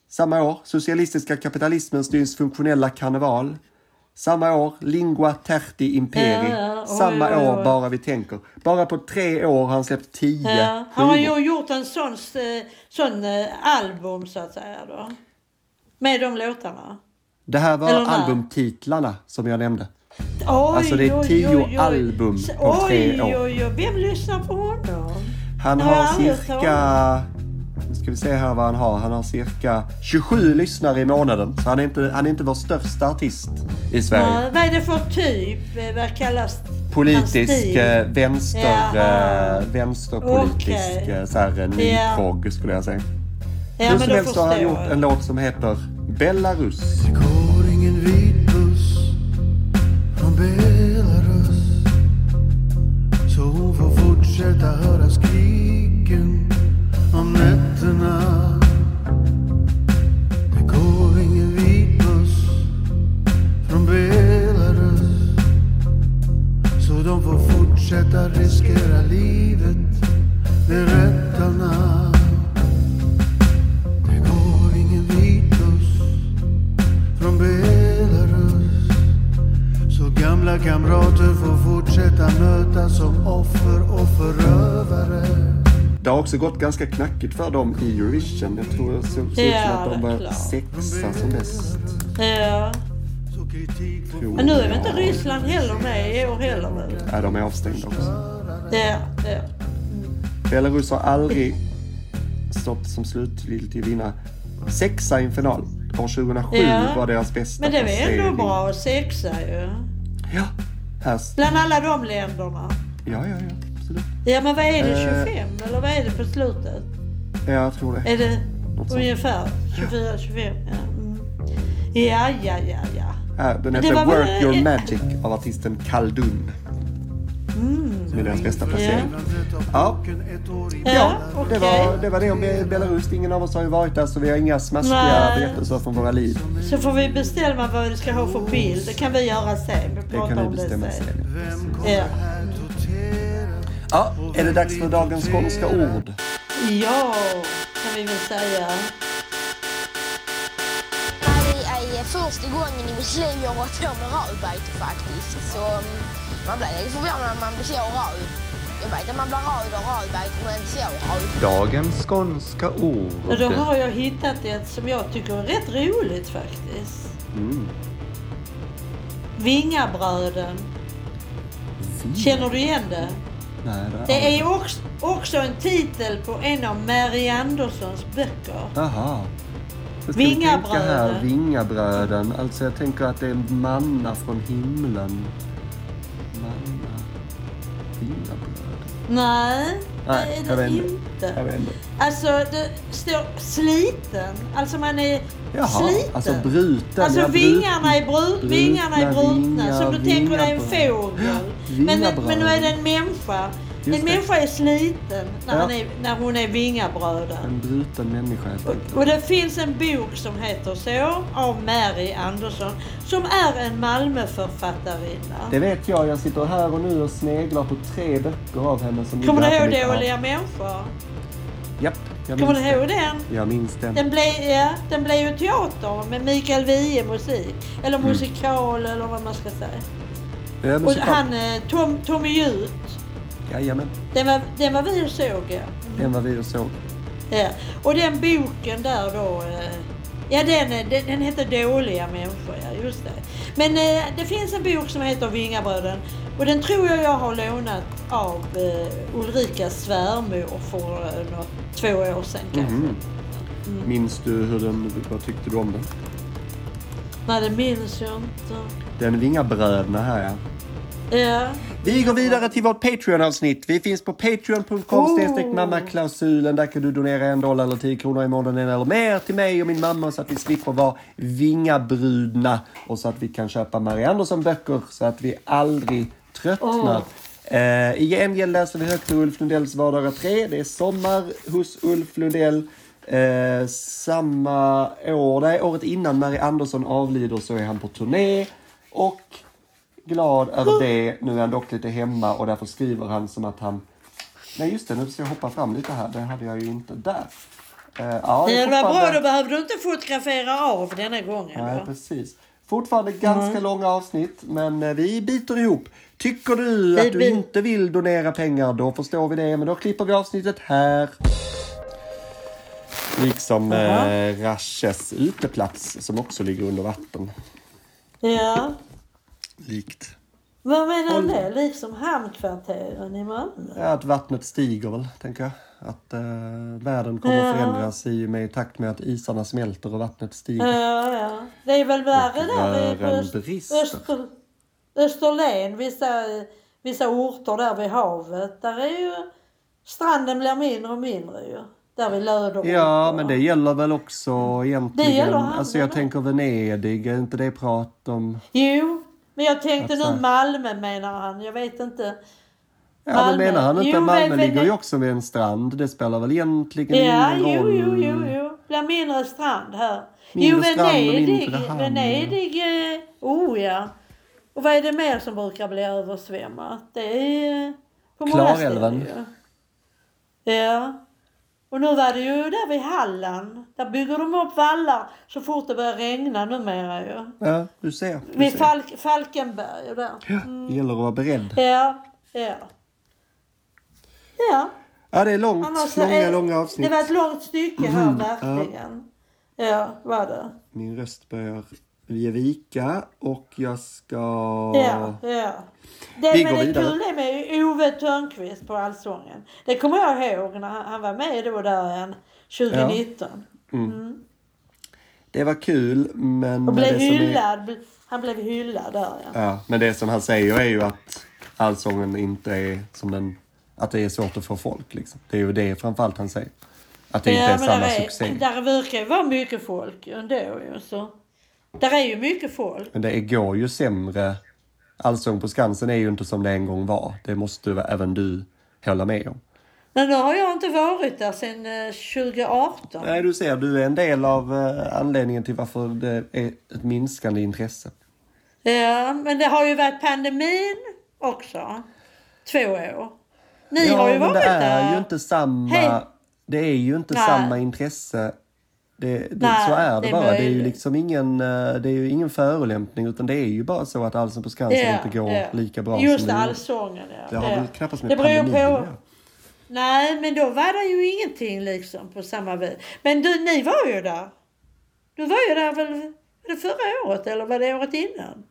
Samma år, Socialistiska kapitalismens dysfunktionella karneval. Samma år, Lingua Terti Imperi. Ja, ja. Oj, Samma oj, oj. år, Bara vi tänker. Bara på tre år har han släppt tio Ja. Har han skivor. ju gjort en sån, eh, sån eh, album så att säga då? Med de låtarna? Det här var Eller vad? albumtitlarna som jag nämnde. Oj, Alltså, det är oj, tio oj, oj. album Så- på tre Oj, år. oj, oj. Vem lyssnar på honom? Han Det har har jag aldrig hört cirka... Nu ska vi se här vad han har. Han har cirka 27 lyssnare i månaden. Så han är inte, han är inte vår största artist i Sverige. Ja, vad är det för typ? Eh, Vad kallas hans politisk stil? eh, vänster, Jaha. eh, vänsterpolitisk Okej. okay. så här, eh, Ja. nyprogg skulle jag säga. Ja, Hur men som då helst så har han förstår gjort jag. en låt som heter Belarus. Det går ingen vit buss från Belarus Så hon får fortsätta höra skriken om nätterna Det går ingen vit buss från Belarus Så de får fortsätta riskera livet vid rättarna Det går ingen vit buss från Belarus Så gamla kamrater får fortsätta mötas som offer och förövare Det har också gått ganska knackigt för dem i Eurovision. Jag tror det såg såg ut Ja, som att de det är var klart. sexa som bäst. Ja. Så kritik får Jo. Men nu är väl inte Ryssland heller med i år heller väl? Nej, de är avstängda också. Ja, ja. Belarus har aldrig stått som slutgiltig vinnare. Sexa i en final. År 2007 Ja. var deras bästa Men det var placering. ändå bra. Sexa ju. Ja, här Bland alla de länderna. Ja, ja, ja. Absolut. Ja, men vad är Eh. det, 25? Eller vad är det på slutet? Ja, jag tror det. Är det Något sånt. ungefär 24, 25? Ja, mm. ja, ja, ja. ja. Ja, Eh, den det heter var väl- Work Your Magic av artisten Khaldun. Mm. Som är deras bästa placering. Ja. Ja, Ja, det, okej. var, det var det om Be- Belarus. Ingen av oss har ju varit där så vi har inga smaskiga Nej. berättelser från våra liv. Så får vi bestämma vad du ska ha för bild. Det kan vi göra sen. Vi Det pratar kan om vi bestämma det sen. sen. Ja. Ja, är det dags för dagens skånska ord? ja, kan vi väl säga. Det är första gången i mitt liv jag har varit på med rödbete faktiskt. Så mm, man blir lite förvånad när man blir så röd. Jag vet att man blir röd av rödbete men inte så röd. Dagens skånska Och ord. då har jag hittat ett som jag tycker är rätt roligt faktiskt. Mm. Vingabröden. Känner du igen det? Nej, det har Det är också, också en titel på en av Mary Andersons böcker. Aha. Så ska vi tänka Vingabröder. här, Vingabröden. Alltså jag tänker att det är manna från himlen. Manna. Vingabröden. Nej, Nej, det jag är vet det inte. Jag inte. vet inte. Alltså, det står sliten. Alltså man är Jaha, sliten. alltså bruten. Alltså Ja, brut- vingarna är, bru- brutna, vingarna är brutna. vingar, Som du tänker dig en vingabröd. fågel. Men, eh, Vingabröd. men nu är det en människa. Just en det. människa är sliten när, Ja. han är, när hon är vingabröden. En bruten människa helt enkelt. Och det finns en bok som heter så av Mary Andersson som är en Malmöförfattarinna. Det vet jag. Jag sitter här och nu och sneglar på tre böcker av henne som Kommer ligger du här ihåg på mitt ark. Dåliga människor? Japp, jag Kommer minns du den. ihåg den? Jag minns den. Den blev, ja, den blev ju teater med Mikael Wiehe musik. Eller musikal eller vad man ska säga. Ja, men Och såklart. han, eh, Tom, Tommy Hjut. Jajamän, Den var, den var vi och såg ja. den var vi och såg. ja. Och den boken där då. eh, Ja den, eh, den, den heter Dåliga människor, ja just det. Men eh, det finns en bok som heter Vingabröden. Och den tror jag jag har lånat av eh, Ulrika svärmor för eh, nå- två år sedan kanske. Minns du hur den, vad tyckte du om den? Nej det minns jag inte. Den Vingabröderna här ja. Ja. Vi går vidare till vårt Patreon-avsnitt. Vi finns på patreon.com snedstreck mammaklausulen. Där kan du donera en dollar eller 10 kronor i månaden eller mer till mig och min mamma så att vi slipper vara vingabrudna och så att vi kan köpa Marianne Andersson-böcker så att vi aldrig tröttnar. Eh, I gengäld läser vi högt ur Ulf Lundells vardagar 3. Det är sommar hos Ulf Lundell. Eh, samma år, nej, året innan Mary Andersson avlider så är han på turné. Och glad över det. Nu är han dock lite hemma och därför skriver han som att han... Nej, just det. Nu ska jag hoppa fram lite här. Det hade jag ju inte där. Eh, ja, Det var bra, fortfarande- då behövde du inte fotografera av denna gången. Nej, va? precis. Fortfarande ganska Mm. långa avsnitt, men eh, vi biter ihop. Tycker du att du bit- inte vill donera pengar, då förstår vi det. Men då klipper vi avsnittet här. Liksom eh, Rashes uteplats som också ligger under vatten. Ja. Likt. Vad menar du? det? Liksom hamnkvarteren i Malmö? Ja, att vattnet stiger väl, tänker jag. Att eh, världen kommer att Ja. förändras i, med, i takt med att isarna smälter och vattnet stiger. Ja, ja. Det är väl värre där i rören Öst- brister. Öster, Österlen, vissa, vissa orter där vid havet. Där är ju stranden blir mindre och mindre ju. Där vid Löderup. Ja, och- men det gäller väl också egentligen. Det gäller hamnen alltså jag då. tänker Venedig, är inte det prat om... Jo, men jag tänkte Att så här- nu Malmö menar han. Jag vet inte. Alltså- Ja, Malmö. men menar han inte? Jo, Malmö men- ligger ju också vid en strand. Det spelar väl egentligen Ja, ingen jo, roll. jo, jo, jo. Blir mindre strand här. Mindre jo, strand och Venedig. mindre hamn, Venedig. eh, Oh ja. Och vad är det mer som brukar bli översvämmat? Det är... eh, På många Klarälven. ställen ju. Ja. Och nu var det ju där vid Halland. Där bygger de upp vallar så fort det börjar regna numera ju. Ja, du ser. Du Vid ser. Falk- Falkenberg och där. Ja, det gäller att vara beredd. Ja, ja. Ja. Ja, det är långt. Annars så långa, är- långa avsnitt. Mm, Det var ett långt stycke här verkligen. Ja, var det. Min röst börjar ge vika och jag ska... Ja, ja. Det, Vi men går det vidare. kul är med Ove Törnqvist på Allsången. Det kommer jag ihåg när han, han var med då där en 2019. Det var kul, men... Och det blev som är- hyllad. bl- Han blev hyllad där ja. Ja, men det som han säger är ju att allsången inte är som den... Att det är svårt att få folk liksom. Det är ju det framförallt han säger. Att det inte är samma där, succé. är, där verkar ju vara mycket folk ändå ju. Så. Där är ju mycket folk. Men det går ju sämre. Allsång på Skansen är ju inte som det en gång var. Det måste ju även du hålla med om. Men nu har jag inte varit där sedan eh, 2018. Nej, du ser, du är en del av eh, anledningen till varför det är ett minskande intresse. Ja, men det har ju varit pandemin också. Två år. Ni har ju men varit det är där. ju inte samma... Hej. Det är ju inte Nej. samma intresse. Det, det, Nej, så är det, det är bara. Det är ju möjligt. liksom ingen, eh, det är ju ingen förolämpning utan det är ju bara så att Allsång på Skansen Ja, inte går ja. lika bra Just som det, det gjorde. allsången. Ja. Det har ja. väl knappast med Det beror ju pandemin att på. göra. Nej, men då var det ju ingenting liksom på samma vis. Men du, ni var ju där. Du var ju där väl var det förra året eller var det året innan?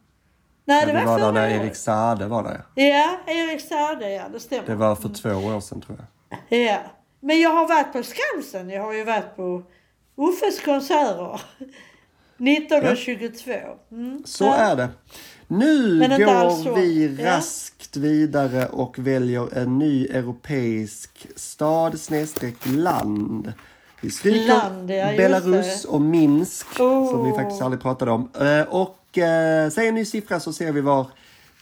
Men Nej, det, Det var förra där när året. Erik Saade var där. Ja, Erik Saade, ja det stämmer. Det var för två år sedan tror jag. Ja. Men jag har varit på Skansen. Jag har ju varit på Uffes konserter. 1922. Mm. Så Ja. är det. Nu Men inte alls går så. vi Ja. raskt vidare och väljer en ny europeisk stad snedstreck land. Vi stryker Land, ja, just Belarus det. och Minsk Oh. som vi faktiskt aldrig pratade om. Eh, Och eh, säg en ny siffra så ser vi var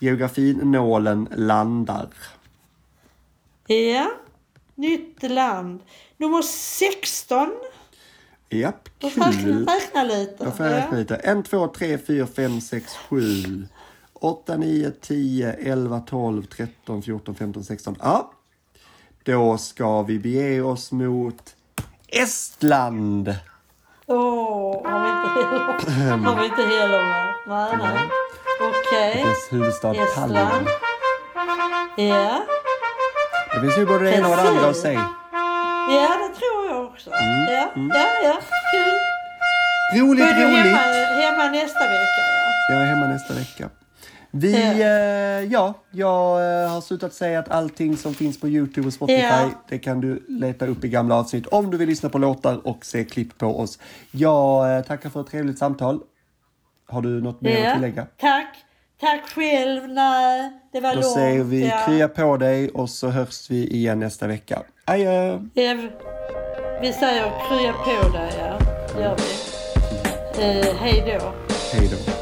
geografinålen landar. Ja. Nytt land. Nummer 16. Japp, Då får jag kul. räkna lite. Då får jag räkna lite. 1, 2, 3, 4, 5, 6, 7, 8, 9, 10, 11, 12, 13, 14, 15, 16. Ja. Då ska vi bege oss mot Estland. Åh, har vi inte heller, har vi inte heller va? Nej, nej. Okej. Dess huvudstad Tallinn. Estland. Ja. Det finns ju både det ena och det andra att säga. ja, det tror jag också. Mm. Ja, ja, ja. Kul. Då Roligt, är du hemma, Mm. roligt. hemma nästa vecka. Ja. Jag är hemma nästa vecka. Vi, Ja. eh, ja, jag eh, har slutat säga att allting som finns på Youtube och Spotify, Ja. det kan du leta upp i gamla avsnitt om du vill lyssna på låtar och se klipp på oss. Jag eh, tackar för ett trevligt samtal. Har du något mer att Ja. tillägga? Tack. Tack själv. Nej, det var Då långt. säger vi ja. krya på dig och så hörs vi igen nästa vecka. Adjö! Ja, vi säger krya på dig, ja. Gör vi. Eh, hej då. Hej då!